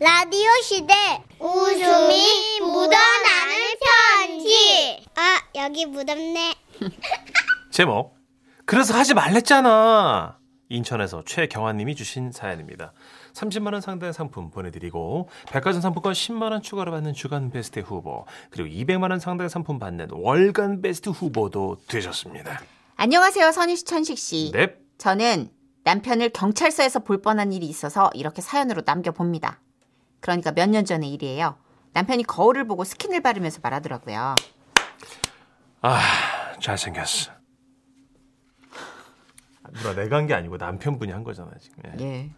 라디오 시대 웃음이 묻어나는 편지 아 여기 묻었네 제목 그래서 하지 말랬잖아 인천에서 최경환님이 주신 사연입니다 30만원 상당의 상품 보내드리고 백화점 상품권 10만원 추가로 받는 주간 베스트 후보 그리고 200만원 상당의 상품 받는 월간 베스트 후보도 되셨습니다 안녕하세요, 선희 씨, 천식 씨. 넵 저는 남편을 경찰서에서 볼 뻔한 일이 있어서 이렇게 사연으로 남겨봅니다. 그러니까 몇 년 전의 일이에요. 남편이 거울을 보고 스킨을 바르면서 말하더라고요. 아, 잘생겼어. 누나 내가 한 게 아니고 남편분이 한 거잖아 지금. 예. 예.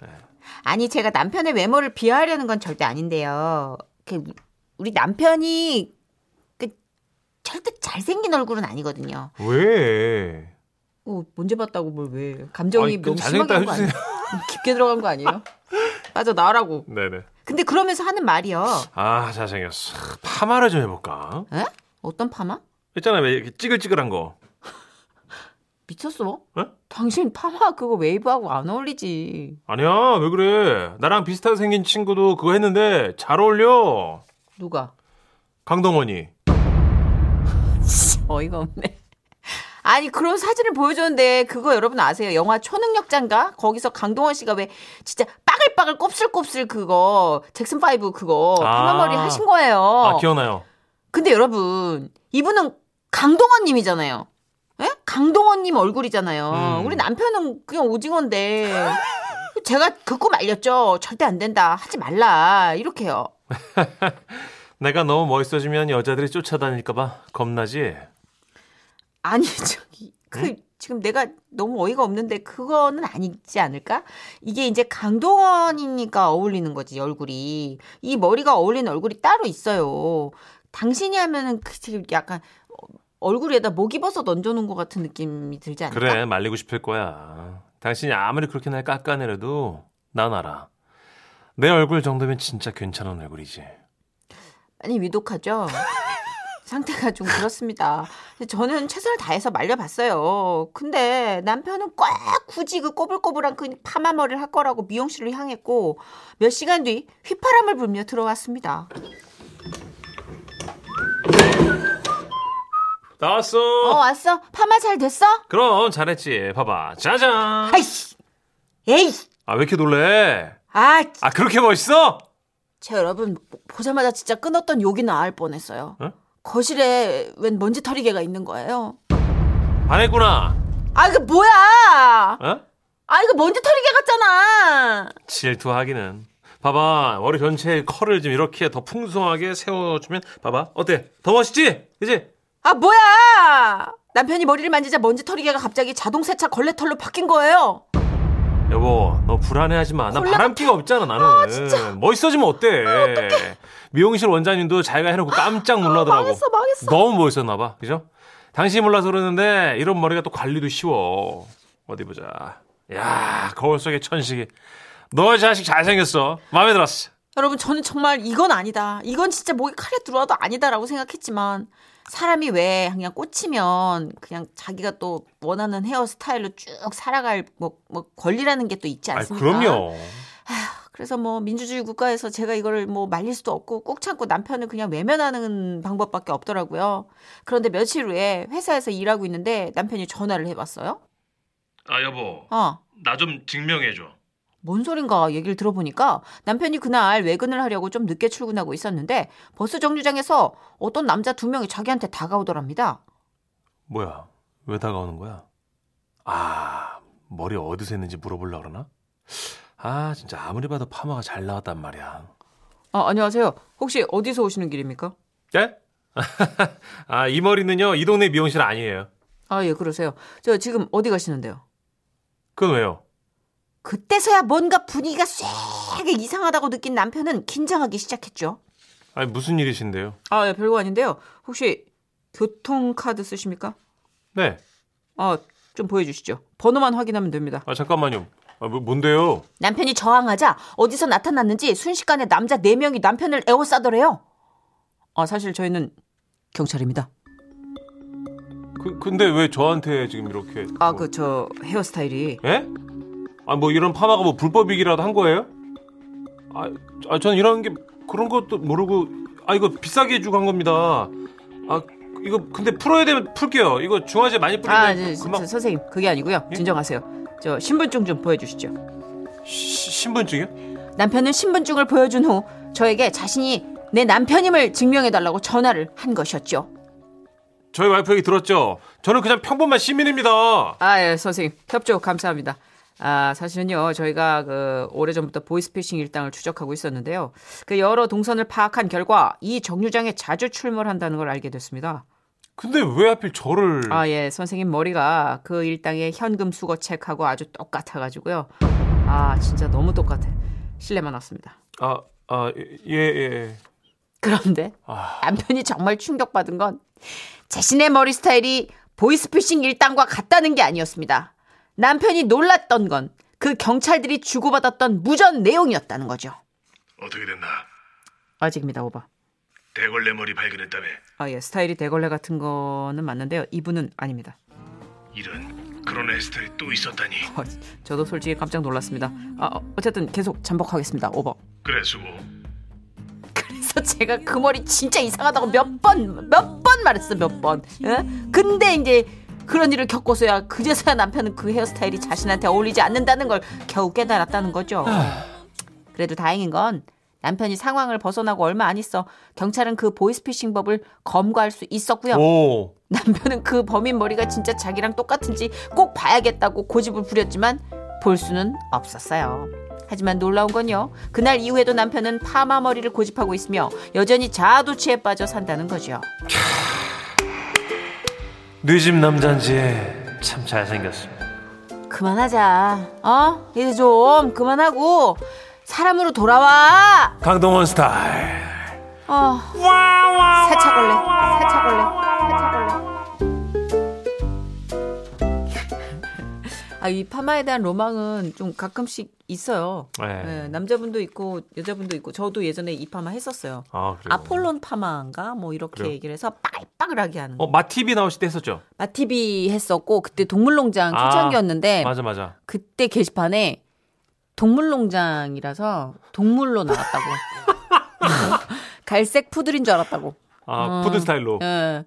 아니, 제가 남편의 외모를 비하하려는 건 절대 아닌데요. 그, 우리 남편이 그, 절대 잘생긴 얼굴은 아니거든요. 왜? 어, 언제 봤다고 뭘 왜. 감정이 아니, 그럼 너무 심하게 잘생겼다 한거 아니에요? 깊게 들어간 거 아니에요? 맞아, 나라고. 네네. 근데 그러면서 하는 말이요. 아 잘생겼어. 파마를 좀 해볼까? 에? 어떤 파마? 있잖아 왜 이렇게 찌글찌글한 거. 미쳤어? 에? 당신 파마 그거 웨이브하고 안 어울리지. 아니야 왜 그래? 나랑 비슷하게 생긴 친구도 그거 했는데 잘 어울려. 누가? 강동원이. 어이가 없네. 아니 그런 사진을 보여줬는데 그거 여러분 아세요? 영화 초능력자인가? 거기서 강동원 씨가 왜 진짜 빠글빠글 곱슬곱슬 그거 잭슨 파이브 그거 아. 파마머리 하신 거예요. 아 기억나요. 근데 여러분 이분은 강동원님이잖아요. 예? 강동원님 얼굴이잖아요. 음. 우리 남편은 그냥 오징어인데 제가 그 꿈 알렸죠. 절대 안 된다. 하지 말라. 이렇게요. 내가 너무 멋있어지면 여자들이 쫓아다닐까봐 겁나지. 아니 저기 그 네? 지금 내가 너무 어이가 없는데 그거는 아니지 않을까? 이게 이제 강동원이니까 어울리는 거지 얼굴이 이 머리가 어울리는 얼굴이 따로 있어요. 당신이 하면은 그 지금 약간 어, 얼굴에다 목이버섯 얹어놓은 것 같은 느낌이 들지 않을까? 그래 말리고 싶을 거야. 당신이 아무리 그렇게 날 깎아내려도 난 알아. 내 얼굴 정도면 진짜 괜찮은 얼굴이지. 많이 위독하죠. 상태가 좀 그렇습니다. 근데 저는 최선을 다해서 말려봤어요. 근데 남편은 꼭 굳이 그 꼬불꼬불한 그 파마머리를 할 거라고 미용실로 향했고 몇 시간 뒤 휘파람을 불며 들어왔습니다. 나왔어. 어 왔어? 파마 잘 됐어? 그럼 잘했지. 봐봐. 짜잔. 아이씨, 에이, 아 왜 이렇게 놀래? 아, 아 그렇게 멋있어? 제 여러분 보- 보자마자 진짜 끊었던 욕이 나을 뻔했어요. 응? 거실에 웬 먼지 털이개가 있는 거예요. 반했구나. 아 이거 뭐야? 어? 아 이거 먼지 털이개 같잖아. 질투하기는. 봐봐. 머리 전체에 컬을 좀 이렇게 더 풍성하게 세워주면 봐봐. 어때? 더 멋있지? 그지? 아 뭐야 남편이 머리를 만지자 먼지 털이개가 갑자기 자동 세차 걸레털로 바뀐 거예요 여보, 너 불안해하지 마. 난 곤란해. 바람기가 없잖아, 나는. 멋있어지면 어때? 아, 미용실 원장님도 자기가 해놓고 깜짝 놀라더라고. 망했어, 망했어. 너무 멋있었나봐. 그죠? 당신이 몰라서 그러는데, 이런 머리가 또 관리도 쉬워. 어디 보자. 야 거울 속의 천식이. 너 자식 잘생겼어. 마음에 들었어. 여러분 저는 정말 이건 아니다 이건 진짜 목에 칼에 들어와도 아니다라고 생각했지만 사람이 왜 그냥 꽂히면 그냥 자기가 또 원하는 헤어스타일로 쭉 살아갈 뭐, 뭐 권리라는 게 또 있지 아, 않습니까 그럼요. 그래서 뭐 민주주의 국가에서 제가 이거를 뭐 말릴 수도 없고 꾹 참고 남편을 그냥 외면하는 방법밖에 없더라고요 그런데 며칠 후에 회사에서 일하고 있는데 남편이 전화를 해봤어요 아, 여보. 어 나 좀 증명해줘. 뭔 소린가 얘기를 들어보니까 남편이 그날 외근을 하려고 좀 늦게 출근하고 있었는데 버스 정류장에서 어떤 남자 두 명이 자기한테 다가오더랍니다. 뭐야? 왜 다가오는 거야? 아, 머리 어디서 했는지 물어보려고 그러나? 아, 진짜 아무리 봐도 파마가 잘 나왔단 말이야. 아, 안녕하세요. 혹시 어디서 오시는 길입니까? 예? 아, 이 머리는요, 이 동네 미용실 아니에요. 아, 예, 그러세요. 저 지금 어디 가시는데요? 그건 왜요? 그때서야 뭔가 분위기가 쇠하게 이상하다고 느낀 남편은 긴장하기 시작했죠. 아니, 무슨 일이신데요? 아, 예, 별거 아닌데요. 혹시 교통카드 쓰십니까? 네. 아, 좀 보여주시죠. 번호만 확인하면 됩니다. 아, 잠깐만요. 아, 뭐, 뭔데요? 남편이 저항하자 어디서 나타났는지 순식간에 남자 4명이 남편을 에워싸더래요. 아, 사실 저희는 경찰입니다. 그, 근데 왜 저한테 지금 이렇게. 아, 뭐- 그 저 헤어스타일이 예? 아, 뭐 이런 파마가 뭐 불법이기라도 한 거예요? 아, 아, 저는 이런 게 그런 것도 모르고 아 이거 비싸게 주고 한 겁니다. 아 이거 근데 풀어야 되면 풀게요. 이거 중화제 많이 뿌리면 아, 저, 저, 금방 저, 선생님 그게 아니고요. 네, 예? 진정하세요. 저 신분증 좀 보여주시죠. 시- 신분증이요? 남편은 신분증을 보여준 후 저에게 자신이 내 남편임을 증명해달라고 전화를 한 것이었죠. 저희 와이프에게 들었죠. 저는 그냥 평범한 시민입니다. 아, 예, 선생님. 협조 감사합니다. 아, 사실은요, 저희가 그 오래전부터 보이스피싱 일당을 추적하고 있었는데요. 그 여러 동선을 파악한 결과 이 정류장에 자주 출몰한다는 걸 알게 됐습니다. 근데 왜 하필 저를 아, 예, 선생님 머리가 그 일당의 현금 수거 책하고 아주 똑같아가지고요. 아, 진짜 너무 똑같아. 실례만 왔습니다. 아, 아, 예, 예. 예. 그런데 아, 남편이 정말 충격받은 건 자신의 머리 스타일이 보이스피싱 일당과 같다는 게 아니었습니다. 남편이 놀랐던 건 그 경찰들이 주고받았던 무전 내용이었다는 거죠. 어떻게 됐나? 아직입니다, 오바. 대걸레 머리 발견했다며. 아, 예, 스타일이 대걸레 같은 거는 맞는데요. 이분은 아닙니다. 이런 그런 헤스타일 또 있었다니. 어, 저도 솔직히 깜짝 놀랐습니다. 아, 어, 어쨌든 계속 잠복하겠습니다, 오버. 그래 수고. 그래서 제가 그 머리 진짜 이상하다고 몇 번, 몇 번 말했어, 몇 번. 예? 근데 이제 그런 일을 겪고서야 그제서야 남편은 그 헤어스타일이 자신한테 어울리지 않는다는 걸 겨우 깨달았다는 거죠. 그래도 다행인 건 남편이 상황을 벗어나고 얼마 안 있어 경찰은 그 보이스피싱 법을 검거할 수 있었고요. 예. 오, 남편은 그 범인 머리가 진짜 자기랑 똑같은지 꼭 봐야겠다고 고집을 부렸지만 볼 수는 없었어요. 하지만 놀라운 건요. 그날 이후에도 남편은 파마 머리를 고집하고 있으며 여전히 자아도취에 빠져 산다는 거죠. 뇌집 남잔지 참 잘생겼습니다. 그만하자. 어? 이제 좀 그만하고 사람으로 돌아와. 강동원 스타일. 어. 사차걸레. 사차걸레. 사차걸레. 아, 이 파마에 대한 로망은 좀 가끔씩 있어요. 네. 예, 남자분도 있고 여자분도 있고 저도 예전에 이 파마 했었어요. 아, 그래요. 아폴론 파마인가 뭐 이렇게 그래요? 얘기를 해서 빠글빠글하게 하는. 어, 마티비 나오실 때 했었죠. 마티비 했었고 그때 동물농장 아, 초창기였는데 맞아, 맞아. 그때 게시판에 동물농장이라서 동물로 나왔다고. 갈색 푸들인 줄 알았다고. 아, 음, 푸드 스타일로 예.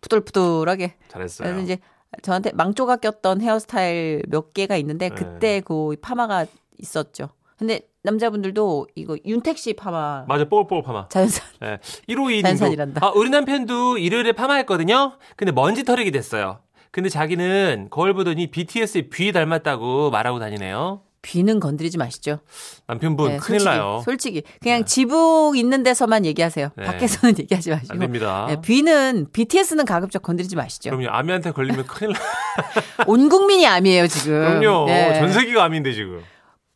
푸들푸들하게. 잘했어요. 그래서 이제 저한테 망조가 꼈던 헤어스타일 몇 개가 있는데 네. 그때 그 파마가 있었죠. 근데 남자분들도 이거 윤택 씨 파마 맞아, 뽀글뽀글 파마. 자연산 예. 152 단산이란다. 아, 우리 남편도 일요일에 파마했거든요. 근데 먼지 털이게 됐어요. 근데 자기는 거울 보더니 BTS의 뷔 닮았다고 말하고 다니네요. 귀는 건드리지 마시죠. 남편분 네, 큰일 솔직히, 나요. 솔직히 그냥 지붕 있는 데서만 얘기하세요. 네. 밖에서는 얘기하지 마시고. 안 됩니다. 네, 뷔는 BTS는 가급적 건드리지 마시죠. 그럼요. 아미한테 걸리면 큰일 나요. 온 국민이 암이에요 지금. 그럼요. 네. 전 세계가 아미인데 지금.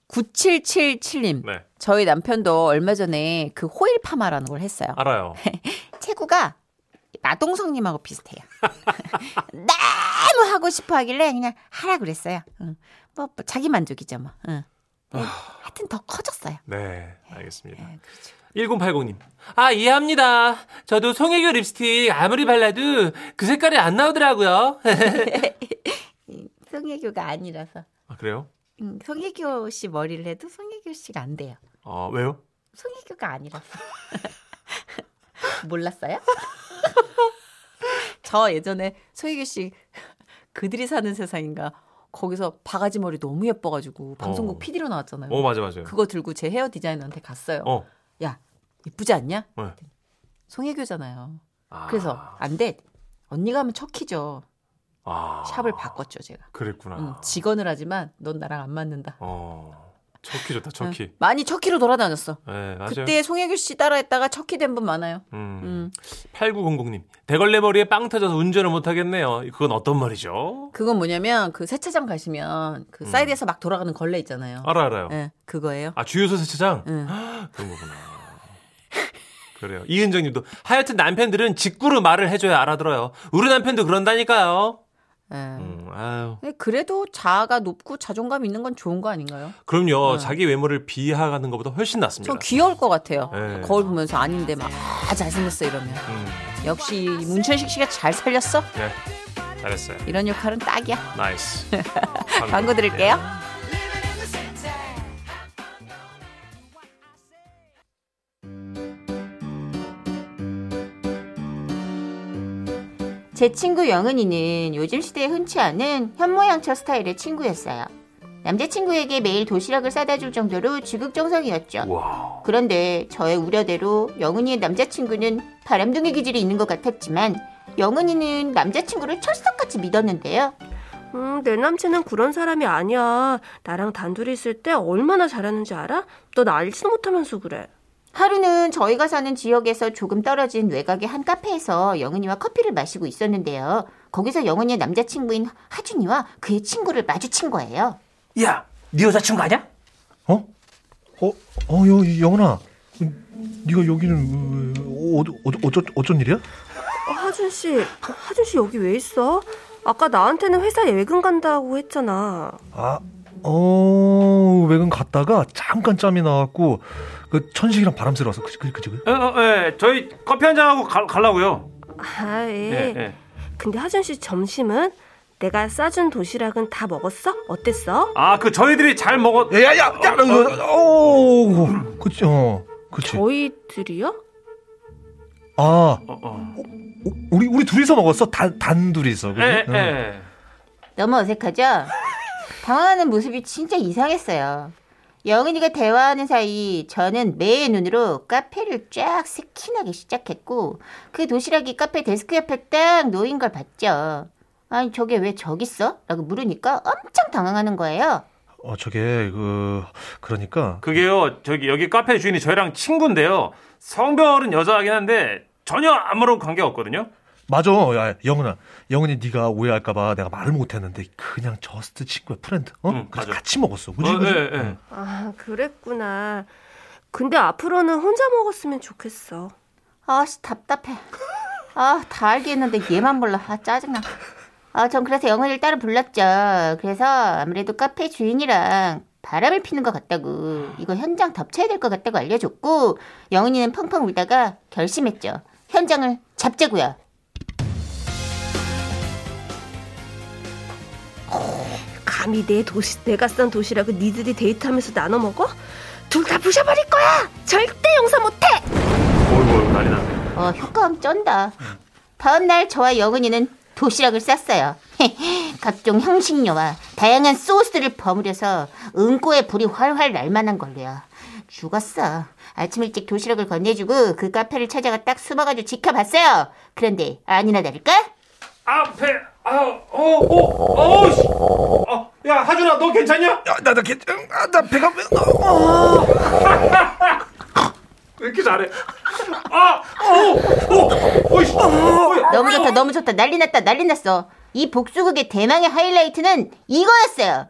9777님. 네. 저희 남편도 얼마 전에 그 호일 파마라는 걸 했어요. 알아요. 네. 체구가 나동성님하고 비슷해요. 너무 하고 싶어 하길래 그냥 하라 그랬어요. 응. 뭐, 뭐 자기 만족이죠 뭐. 응. 아. 네, 하여튼 더 커졌어요. 네. 알겠습니다. 네, 그렇죠. 1080님. 아, 이해합니다. 저도 송혜교 립스틱 아무리 발라도 그 색깔이 안 나오더라고요. 성혜교가 아니라서. 아, 그래요? 음, 성혜교 씨 머리를 해도 성혜교 씨가 안 돼요. 어, 왜요? 성혜교가 아니라서. 몰랐어요? 저 예전에 성혜교 씨 그들이 사는 세상인가 거기서 바가지 머리 너무 예뻐가지고 방송국 어. PD로 나왔잖아요. 어, 맞아, 맞아요. 그거 들고 제 헤어 디자이너한테 갔어요. 어. 야, 이쁘지 않냐? 네. 송혜교잖아요. 아. 그래서 안 돼. 언니가 하면 척키죠. 아. 샵을 바꿨죠, 제가. 그랬구나. 응, 직원을 하지만 넌 나랑 안 맞는다. 어. 척키 좋다, 척키. 응, 많이 척키로 돌아다녔어. 예, 네, 맞아요. 그때 송혜교 씨 따라했다가 척키 된 분 많아요. 음. 음. 8900님. 대걸레 머리에 빵 터져서 운전을 못 하겠네요. 그건 어떤 말이죠? 그건 뭐냐면 그 세차장 가시면 그 사이드에서 막 돌아가는 걸레 있잖아요. 음. 알아 알아요. 예, 그거예요. 아, 주유소 세차장? 응. 그런 거구나. 그래요. 이은정 님도 하여튼 남편들은 직구로 말을 해 줘야 알아들어요. 우리 남편도 그런다니까요. 예. 음, 아유. 근데 그래도 자아가 높고 자존감 있는 건 좋은 거 아닌가요? 그럼요. 자기 외모를 비하하는 것보다 훨씬 낫습니다. 전 귀여울 것 같아요. 네. 거울 보면서 아닌데 막 아, 잘생겼어 이러면. 음, 역시 문천식 씨가 잘 살렸어? 네. 잘했어요. 이런 역할은 딱이야. 나이스. 예. 광고 드릴게요. 제 친구 영은이는 요즘 시대에 흔치 않은 현모양처 스타일의 친구였어요. 남자친구에게 매일 도시락을 싸다 줄 정도로 지극정성이었죠. 와. 그런데 저의 우려대로 영은이의 남자친구는 바람둥이 기질이 있는 것 같았지만 영은이는 남자친구를 철석같이 믿었는데요. 음, 내 남친은 그런 사람이 아니야. 나랑 단둘이 있을 때 얼마나 잘하는지 알아? 넌 알지도 못하면서 그래. 하루는 저희가 사는 지역에서 조금 떨어진 외곽의 한 카페에서 영은이와 커피를 마시고 있었는데요. 거기서 영은이의 남자친구인 하준이와 그의 친구를 마주친 거예요. 야, 네 여자친구 아니야? 어? 어? 어, 여, 영은아. 네가 여기는 어, 어, 어, 어쩌, 어쩐 일이야? 어, 하준 씨, 하준 씨 여기 왜 있어? 아까 나한테는 회사에 외근 간다고 했잖아. 아, 어, 외근 갔다가 잠깐 짬이 나왔고 그 천식이랑 바람 쐬러서 그지 그지 그지. 어, 어, 예, 저희 커피 한 잔하고 가, 가려고요. 아, 예, 네, 예. 예. 근데 하준 씨 점심은 내가 싸준 도시락은 다 먹었어? 어땠어? 아, 그 저희들이 잘 먹었. 예. 야야야, 야, 야, 어, 어, 어, 그치, 어, 그치. 저희들이요? 아, 어, 어, 어. 우리 우리 둘이서 먹었어. 단 단둘이서. 그지? 예, 어. 예. 너무 어색하죠? 당황하는 모습이 진짜 이상했어요. 영은이가 대화하는 사이 저는 매의 눈으로 카페를 쫙 스킨하기 시작했고 그 도시락이 카페 데스크 옆에 딱 놓인 걸 봤죠. 아니 저게 왜 저기 있어? 라고 물으니까 엄청 당황하는 거예요. 어, 저게 그 그러니까 그게요, 저기 여기 카페 주인이 저희랑 친구인데요. 성별은 여자긴 한데 전혀 아무런 관계 없거든요. 맞아. 야, 영은아, 영은이 네가 오해할까봐 내가 말을 못했는데 그냥 저스트 친구야, 프렌드. 어? 응, 그래서 맞아. 같이 먹었어. 그지? 어, 그지? 예, 예. 응. 아, 그랬구나. 근데 앞으로는 혼자 먹었으면 좋겠어. 아씨 답답해. 아 다 알겠는데 얘만 몰라. 아 짜증나. 아 전 그래서 영은이를 따로 불렀죠. 그래서 아무래도 카페 주인이랑 바람을 피는 것 같다고 이거 현장 덮쳐야 될 것 같다고 알려줬고 영은이는 펑펑 울다가 결심했죠. 현장을 잡자고요. 감히 내 도시 내가 싼 도시락을 니들이 데이트하면서 나눠 먹어? 둘 다 부셔버릴 거야. 절대 용서 못해. 어이구, 어이구, 난리 났네. 어, 효과음 쩐다. 다음날 저와 영은이는 도시락을 쌌어요. 각종 향신료와 다양한 소스를 버무려서 응고의 불이 활활 날 만한 걸로요. 죽었어. 아침 일찍 도시락을 건네주고 그 카페를 찾아가 딱 숨어가지고 지켜봤어요. 그런데 아니나 다를까? 앞에, 아, 어, 어, 어, 씨. 어, 야, 하준아, 너 괜찮냐? 야, 나, 나, 괜- 응, 아, 나 배가, 왜- 어, 어. 왜 이렇게 잘해? 아, 어, 어, 어이씨. 어이. 너무 좋다, 너무 좋다. 난리 났다, 난리 났어. 이 복수극의 대망의 하이라이트는 이거였어요.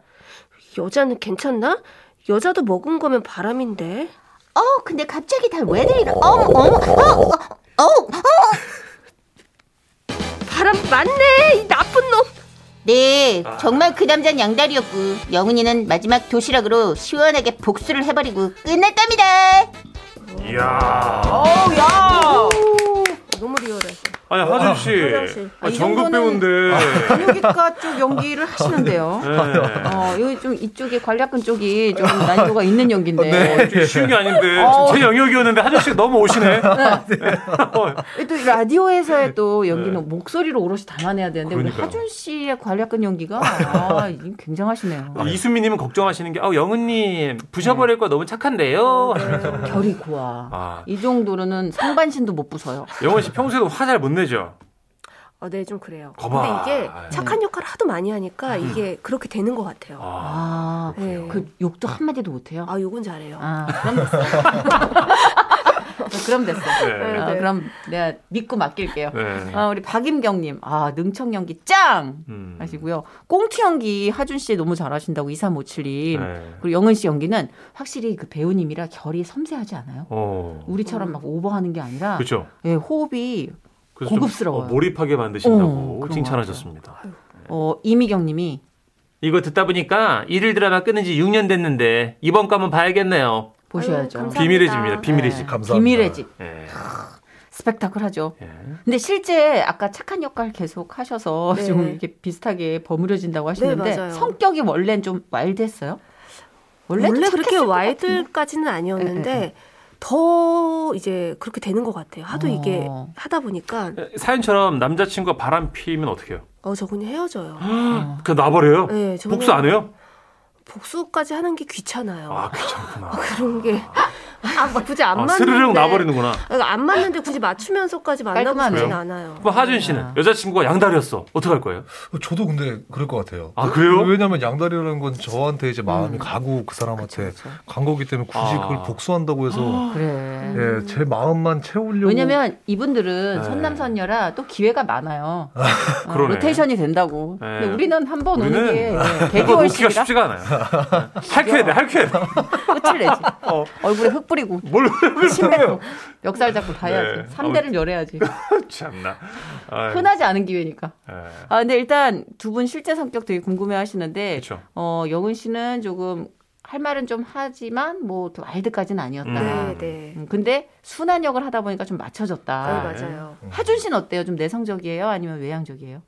여자는 괜찮나? 여자도 먹은 거면 바람인데. 어, 근데 갑자기 다 왜들 이러, 어머, 어머, 어, 어, 어, 바람 맞네. 이 나쁜 놈. 네, 정말 그 남자는 양다리였고 영은이는 마지막 도시락으로 시원하게 복수를 해버리고 끝났답니다. 너무 리얼해. 아니 하준 씨, 하준 씨. 아, 전국 배우인데. 여기가 쪽 그러니까 연기를 하시는데요. 네. 어, 여기 좀 이쪽에 관략근 쪽이 좀 난이도가 있는 연기인데 어, 좀 쉬운 게 아닌데 어. 제 영역이었는데 하준 씨 너무 오시네. 네. 또 라디오에서의 또 연기는 목소리로 오롯이 담아내야 되는데 그러니까요. 우리 하준 씨의 관략근 연기가 아, 이 굉장하시네요. 어, 이수미님은 걱정하시는 게 아, 영은님 부셔버릴 거 너무 착한데요. 하면서. 결이 고와. 네. 아, 이 정도로는 상반신도 못 부숴요. 영은 씨 평소에도 화 잘 못 내죠. 어, 네, 좀 그래요. 거봐. 근데 이게 착한 역할을 하도 많이 하니까 이게 그렇게 되는 것 같아요. 아, 아, 네. 그 욕도 한마디도 못해요? 아, 요건 잘해요. 아, 그럼 됐어. 그럼 됐어. 네. 아, 그럼 내가 믿고 맡길게요. 네. 아, 우리 박임경님, 아, 능청 연기 짱! 음. 하시고요. 꽁트 연기 하준 씨 너무 잘하신다고 2357님. 네. 그리고 영은 씨 연기는 확실히 그 배우님이라 결이 섬세하지 않아요. 어, 우리처럼 막 오버하는 게 아니라 그렇죠. 예, 호흡이 그래서 좀, 고급스러워요. 어, 몰입하게 만드신다고 어, 그런 칭찬하셨습니다. 어, 이미경 님이 이거 듣다 보니까 일일 드라마 끊은 지 6년 됐는데 이번 거면 봐야겠네요. 보셔야죠. 아유, 감사합니다. 비밀의 집입니다. 비밀의 네. 집. 감사합니다. 비밀의 집. 예. 스펙타클하죠. 예. 근데 실제 아까 착한 역할 계속 하셔서 네. 좀 이렇게 비슷하게 버무려진다고 하시는데 맞아요. 성격이 원래는 좀 와일드했어요? 원래도 원래 착했을 그렇게 것 같은데. 와이드까지는 아니었는데 더 이제 그렇게 되는 것 같아요. 하도 어. 이게 하다 보니까 사연처럼 남자친구가 바람 피면 어떡해요? 어 저 그냥 헤어져요. 그냥 놔버려요? 네, 저는 복수 안 해요? 복수까지 하는 게 귀찮아요. 아 귀찮구나. 그런 게 아, 굳이 안 아, 맞는데 스르륵 놔버리는구나. 그러니까 안 맞는데 굳이 맞추면서까지 만나고 깔끔하네요. 싶진 않아요. 그럼 하준 씨는 여자친구가 양다리였어. 어떡할 거예요? 저도 근데 그럴 것 같아요. 아, 그래요? 왜냐면 양다리라는 건 저한테 이제 마음이 가고 그 사람한테 간 거기 때문에 굳이 아. 그걸 복수한다고 해서 그래. 예, 제 마음만 채우려고 왜냐면 이분들은 네. 선남선녀라 또 기회가 많아요. 어, 그러네. 로테이션이 된다고. 네. 근데 우리는 한 번 오는 우리는 게 네, 이거 네. 놓기가 개개월씩이라 쉽지가 않아요. 네. 할퀴해야 돼, 할퀴해야 돼. 끝을 내지. 어. 얼굴에 흙 뿌리고 뭘 침 뱉고 멱살 잡고 다 네. 해야지. 삼 3대를 멸해야지. 참나. 아이, 흔하지 않은 기회니까. 예. 아 근데 일단 두 분 실제 성격 되게 궁금해 하시는데 그렇죠. 어, 영은 씨는 조금 할 말은 좀 하지만 뭐 와일드까지는 아니었다. 음. 네, 네. 음, 근데 순한 역을 하다 보니까 좀 맞춰졌다. 네, 맞아요. 하준 씨는 어때요? 좀 내성적이에요? 아니면 외향적이에요?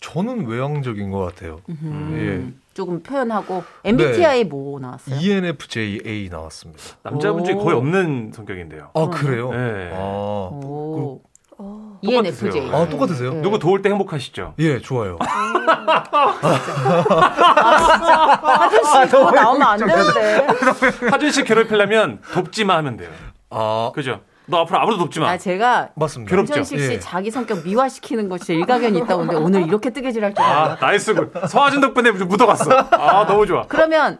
저는 외향적인 것 같아요. 음, 조금 표현하고 MBTI 뭐 나왔어요? E ENFJA 나왔습니다. 남자분들이 오. 어. 거의 없는 성격인데요. 아 그래요? 네. 아, 오, E 어, ENFJ. 아 똑같으세요? 네. 누구 도울 때 행복하시죠? 예, 좋아요. 하준 씨 그거 아, 나오면 안 되는데. 하준 씨 괴롭히려면 돕지마 하면 돼요. 아 그죠? 너 앞으로 아무도 돕지마. 아 제가 맞습니다. 괴롭- 전식 씨 예. 자기 성격 미화시키는 것이 일가견이 있다고 근데 오늘 이렇게 뜨개질할 줄 알아요. 아, 나이스군. 서아준 덕분에 묻어갔어. 아, 너무 좋아. 그러면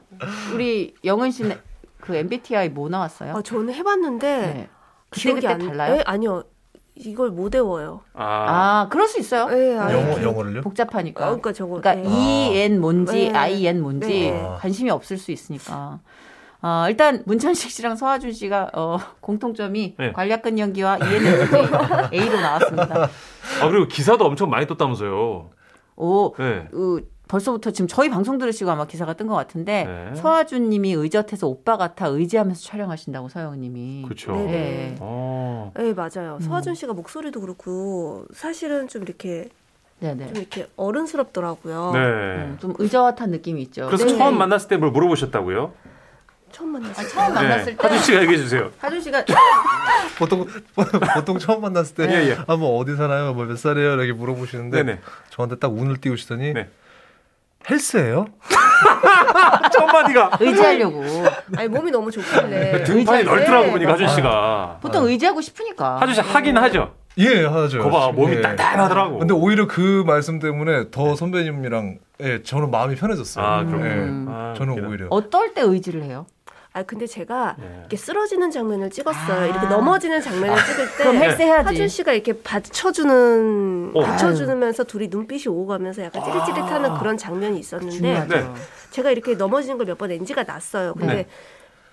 우리 영은 씨는 그 MBTI 뭐 나왔어요? 아, 저는 해봤는데 네. 그때 기억이 그때 안 달라요? 예, 아니요. 이걸 못 외워요. 아, 아, 그럴 수 있어요. 예, 아니, 영어 영어를요? 아, 복잡하니까. 그러니까 저거. 그러니까 예. EN 뭔지 네. IN 뭔지 네. 관심이 없을 수 있으니까. 아, 일단 문천식 씨랑 서하준 씨가 어, 공통점이 네. 관략근 연기와 ENFJ A로 나왔습니다. 아, 그리고 기사도 엄청 많이 떴다면서요. 오, 네. 으, 그 벌써부터 지금 저희 방송 들으시고 아마 기사가 뜬 것 같은데 네. 서하준 님이 의젓해서 오빠 같아 의지하면서 촬영하신다고 서영 님이. 아, 그쵸. 네, 네. 네. 어. 예, 맞아요. 서하준 씨가 목소리도 그렇고 사실은 좀 이렇게 네, 네. 좀 이렇게 어른스럽더라고요. 네. 음, 좀 의젓한 느낌이 있죠. 그래서 네. 처음 만났을 때 뭘 물어보셨다고요? 네. 처음 만났어요. 네. 아니, 처음 만났을 때 하준 씨가 얘기해 주세요. 하준 씨가 보통 보통 처음 만났을 때 예, 예. 아, 뭐 어디 사나요? 뭐 몇 살이에요? 이렇게 물어보시는데 네네. 저한테 딱 운을 띄우시더니 네. 헬스예요? 첫 마디가 네, 의지하려고 아니 몸이 너무 좋길래. 등판이 의자에- 넓더라고 보니까 네. 하준 씨가. 보통 의지하고 싶으니까. 아, 네. 하준 씨 하긴 하죠. 예, 하죠. 거봐 몸이 예. 단단하더라고. 근데 오히려 그 말씀 때문에 더 선배님이랑 예, 저는 마음이 편해졌어요. 아, 그렇군요. 예, 아, 저는 웃기다. 오히려 어떨 때 의지를 해요? 아 근데 제가 네. 이렇게 쓰러지는 장면을 찍었어요. 아. 이렇게 넘어지는 장면을 찍을 때 그럼 헬스 해야지. 하준 씨가 이렇게 받쳐주는 어. 받쳐주면서 둘이 눈빛이 오가면서 약간 찌릿찌릿하는 그런 장면이 있었는데 중요하죠. 아. 네. 제가 이렇게 넘어지는 걸 몇 번 NG가 났어요. 근데 네.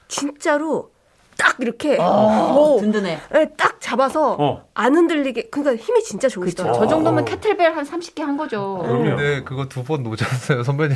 진짜로 딱 이렇게 오, 든든해. 네, 딱 잡아서 어. 안 흔들리게 그러니까 힘이 진짜 그렇죠. 좋으시더라고요. 저 정도면 어. 캐틀벨 한 30개 한 거죠. 그럼요. 어, 근데 그거 두 번 놓쳤어요. 선배님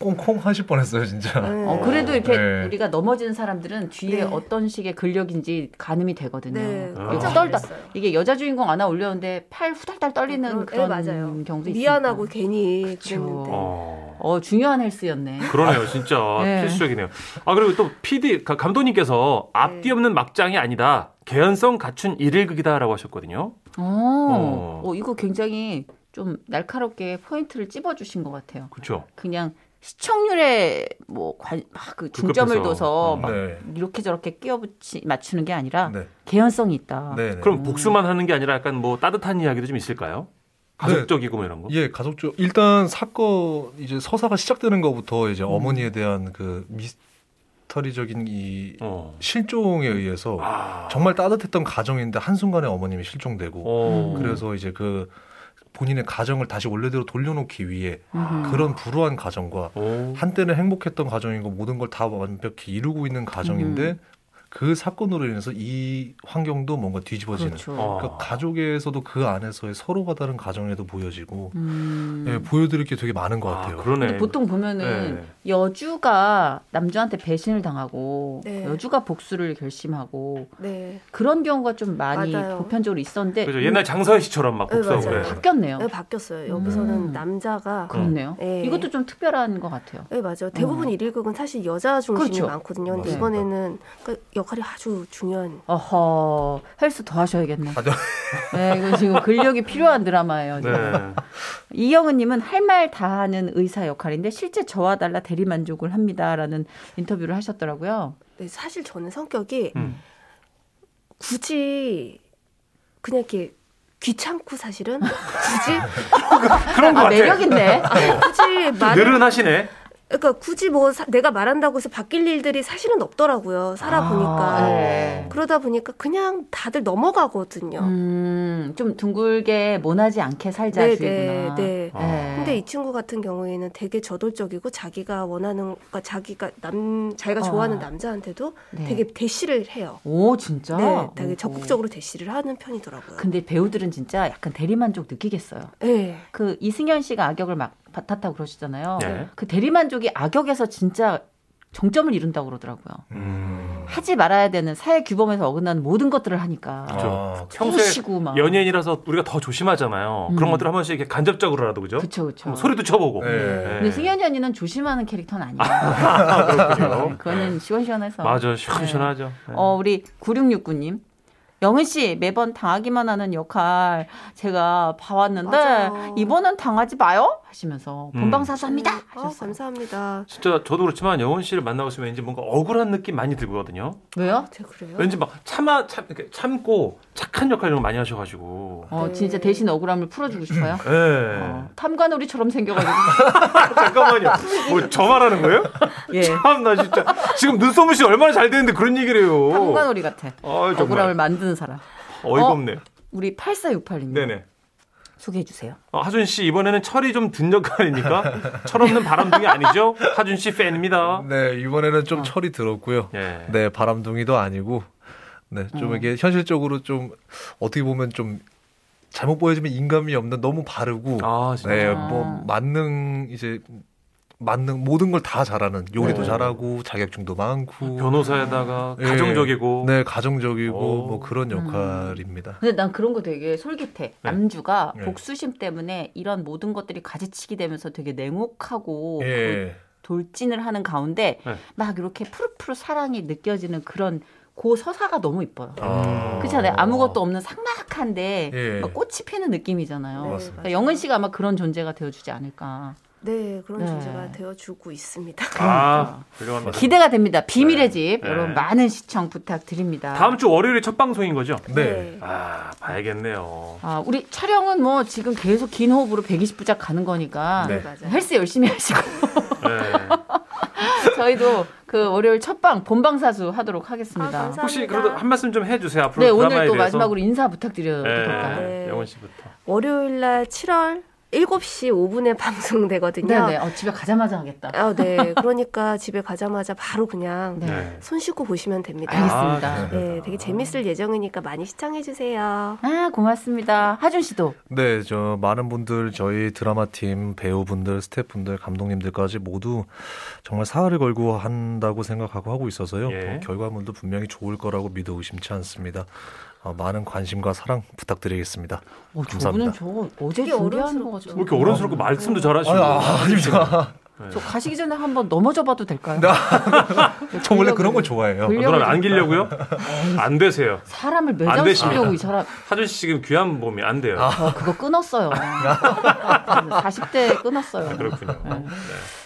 꽁꽁 하실 뻔했어요, 진짜. 아, 네. 어, 그래도 이렇게 네. 우리가 넘어지는 사람들은 뒤에 네. 어떤 식의 근력인지 가늠이 되거든요. 네, 그래서 깜짝 떨다. 놀랐어요. 이게 여자 주인공 하나 올렸는데 팔 후달달 떨리는 그런- 그런 네, 맞아요. 경우도 있어요. 미안하고 괜히 그쵸. 그랬는데 어. 어, 중요한 헬스였네. 그러네요, 진짜 네. 필수적이네요. 아 그리고 또 PD 가- 감독님께서 앞뒤 없는 막장이 아니다. 개연성 갖춘 일일극이다라고 하셨거든요. 어. 어. 어, 이거 굉장히 좀 날카롭게 포인트를 찝어 주신 것 같아요. 그렇죠. 그냥 시청률에 뭐막그 중점을 급급해서. 둬서 음. 막 네. 이렇게 저렇게 끼워붙이 맞추는 게 아니라 네. 개연성이 있다. 네. 네. 그럼 복수만 하는 게 아니라 약간 뭐 따뜻한 이야기도 좀 있을까요? 가족적이고 뭐 이런 거. 예, 가족 쪽 일단 사건 이제 서사가 시작되는 것부터 이제 어머니에 대한 그 미스터리적인 이 어. 실종에 의해서 아. 정말 따뜻했던 가정인데 한 순간에 어머님이 실종되고 어. 그래서 이제 그 본인의 가정을 다시 원래대로 돌려놓기 위해 음흠. 그런 불우한 가정과 오. 한때는 행복했던 가정이고 모든 걸 다 완벽히 이루고 있는 가정인데 그 사건으로 인해서 이 환경도 뭔가 뒤집어지는 그렇죠. 어. 그러니까 가족에서도 그 안에서의 서로가 다른 가정에도 보여지고 음. 예, 보여드릴 게 되게 많은 것 아, 같아요. 그러네. 근데 보통 보면은 네. 여주가 남주한테 배신을 당하고 네. 여주가 복수를 결심하고 네, 그런 경우가 좀 많이 맞아요. 보편적으로 있었는데 그죠. 옛날 장서희 씨처럼 막 네, 복수하고 맞아요. 그래. 바뀌었네요. 네, 바뀌었어요. 여기서는 음. 남자가 그렇네요. 네. 이것도 좀 특별한 것 같아요. 네 맞아요. 대부분 어. 일일극은 사실 여자 중심이 그렇죠. 많거든요. 근데 맞습니다. 이번에는 그러니까 역할이 아주 중요한 어허 헬스 더 하셔야겠네. 아, 네. 네, 이거 지금 근력이 필요한 드라마예요. 네. 지금. 이영은님은 할 말 다 하는 의사 역할인데 실제 저와 달라 대리 만족을 합니다라는 인터뷰를 하셨더라고요. 네, 사실 저는 성격이 음. 굳이 그냥 이렇게 귀찮고 사실은 굳이 그런 거 아, 같아. 매력 있네. 굳이 말 늘은하시네. 그러니까 굳이 뭐 사- 내가 말한다고 해서 바뀔 일들이 사실은 없더라고요. 살아보니까. 아, 네. 그러다 보니까 그냥 다들 넘어가거든요. 음, 좀 둥글게 모나지 않게 살자 네, 주의구나. 네, 네. 네. 근데 이 친구 같은 경우에는 되게 저돌적이고 자기가 원하는 그러니까 자기가 남 자기가 어. 좋아하는 남자한테도 네. 되게 대시를 해요. 오 진짜. 네, 되게 오호. 적극적으로 대시를 하는 편이더라고요. 근데 배우들은 진짜 약간 대리만족 느끼겠어요. 네. 그 이승현 씨가 악역을 막 맡았다고 그러시잖아요. 네. 그 대리만족이 악역에서 진짜 정점을 이룬다고 그러더라고요. 음. 하지 말아야 되는 사회 규범에서 어긋난 모든 것들을 하니까. 아, 그렇죠. 평소에 부시고 막. 연예인이라서 우리가 더 조심하잖아요. 음. 그런 것들 한 번씩 이렇게 간접적으로라도 그죠? 그쵸 그쵸. 뭐 소리도 쳐보고. 네. 근데 승현이 언니는 조심하는 캐릭터는 아니에요. 그렇군요. 그거는 시원시원해서. 맞아, 시원시원하죠. 네. 어, 우리 9669님. 영은 씨 매번 당하기만 하는 역할 제가 봐왔는데 맞아요. 이번엔 당하지 마요 하시면서 음. 본방사수합니다 아, 하셨어요. 감사합니다. 진짜 저도 그렇지만 영원 씨를 만나고 있으면 왠지 뭔가 억울한 느낌 많이 들거든요. 왜요? 제가 그래요? 음. 왠지 막 참아 참 이렇게 참고 착한 역할을 너무 많이 하셔가지고. 어 네. 진짜 대신 억울함을 풀어주고 싶어요. 예. 어, 탐관오리처럼 생겨가지고 잠깐만요. 뭐 저 말하는 거예요? 예 참나 진짜 지금 눈썹무시 얼마나 잘 되는데 그런 얘기를 해요. 탐관오리 같아. 아 억울함을 정말 만드는 사람. 어이가 어. 없네. 우리 8468님 네네. 소개해 주세요. 어, 하준 씨 이번에는 철이 좀 든 역할이니까 철없는 바람둥이 아니죠? 하준 씨 팬입니다. 네, 이번에는 아. 좀 철이 들었고요. 예. 네, 바람둥이도 아니고 네, 좀 음. 이게 현실적으로 좀 어떻게 보면 좀 잘못 보여지면 인간미 없는 너무 바르고 아 진짜. 네, 뭐 만능 이제 만능 모든 걸 다 잘하는 요리도 네. 잘하고 자격증도 많고 아, 변호사에다가 어. 예. 가정적이고. 네, 가정적이고 오. 뭐 그런 음. 역할입니다. 근데 난 그런 거 되게 솔깃해. 남주가 네. 복수심 때문에 이런 모든 것들이 가지치기 되면서 되게 어, 냉혹하고 그 예. 돌진을 하는 가운데 네. 막 이렇게 푸릇푸릇 사랑이 느껴지는 그런 고 서사가 너무 이뻐요. 아. 그렇잖아요. 아무것도 없는 삭막한데 예. 막 꽃이 피는 느낌이잖아요. 네, 맞습니다. 그러니까 영은 씨가 아마 그런 존재가 되어주지 않을까. 네, 그런 네. 존재가 되어주고 있습니다. 아 훌륭합니다. 그러니까. 기대가 됩니다. 비밀의 집 네. 여러분 많은 시청 부탁드립니다. 다음 주 월요일에 첫 방송인 거죠? 네. 아 봐야겠네요. 아, 우리 촬영은 뭐 지금 계속 긴 호흡으로 120부작 가는 거니까 네. 맞아요. 헬스 열심히 하시고 네. 저희도 그 월요일 첫 방 본방사수 하도록 아, 하겠습니다. 감사합니다. 혹시 그래도 한 말씀 좀 해주세요. 앞으로 네 드라마에 오늘 또 대해서. 마지막으로 인사 부탁드려도 될까요? 예, 네. 영원 씨부터. 월요일 날 7월 7시 5분에 방송되거든요. 네네. 어, 집에 가자마자 하겠다. 아, 네. 그러니까 집에 가자마자 바로 그냥 네. 네. 손 씻고 보시면 됩니다. 알겠습니다. 아, 네, 되게 재밌을 예정이니까 많이 시청해 주세요. 아 고맙습니다. 하준 씨도 네, 저 많은 분들 저희 드라마 팀 배우분들, 스태프분들, 감독님들까지 모두 정말 사활을 걸고 한다고 생각하고 하고 있어서요. 예. 어, 결과물도 분명히 좋을 거라고 믿어 의심치 않습니다. 어, 많은 관심과 사랑 부탁드리겠습니다. 어, 감사합니다. 저분은 저 어제 되게 그렇죠. 준비하는 거 어른스러워. 왜 같죠. 이렇게 어른스럽고 말씀도 잘하시고. 아닙니다. 네. 저 가시기 전에 한번 넘어져봐도 될까요? 저 원래 그런 거 좋아해요. 굴려- 누나를 안기려고요? 안 되세요. 사람을 안 되십니다. 매장시려고 이 사람. 하준 씨 지금 귀한 몸이 안 돼요. 아. 저 그거 끊었어요. 40대 끊었어요. 아, 그렇군요. 네.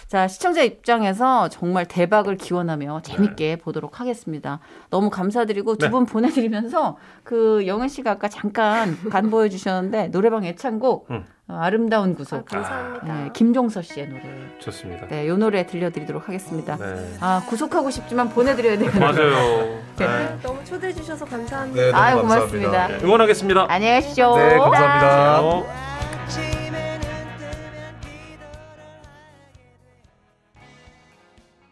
자, 시청자 입장에서 정말 대박을 기원하며 재밌게 네. 보도록 하겠습니다. 너무 감사드리고 두 분 보내드리면서 그 영은 씨가 아까 잠깐 간 보여주셨는데 노래방 애창곡 음. 어, 아름다운 아, 구속. 감사합니다. 네, 김종서 씨의 노래. 좋습니다. 네, 요 노래 들려드리도록 하겠습니다. 네. 아, 구속하고 싶지만 보내드려야 되는 맞아요. 네. 네. 너무 초대해 주셔서 감사합니다. 네, 너무 아유, 감사합니다. 고맙습니다. 응원하겠습니다. 안녕히 가십시오. 네, 감사합니다. 어. 같이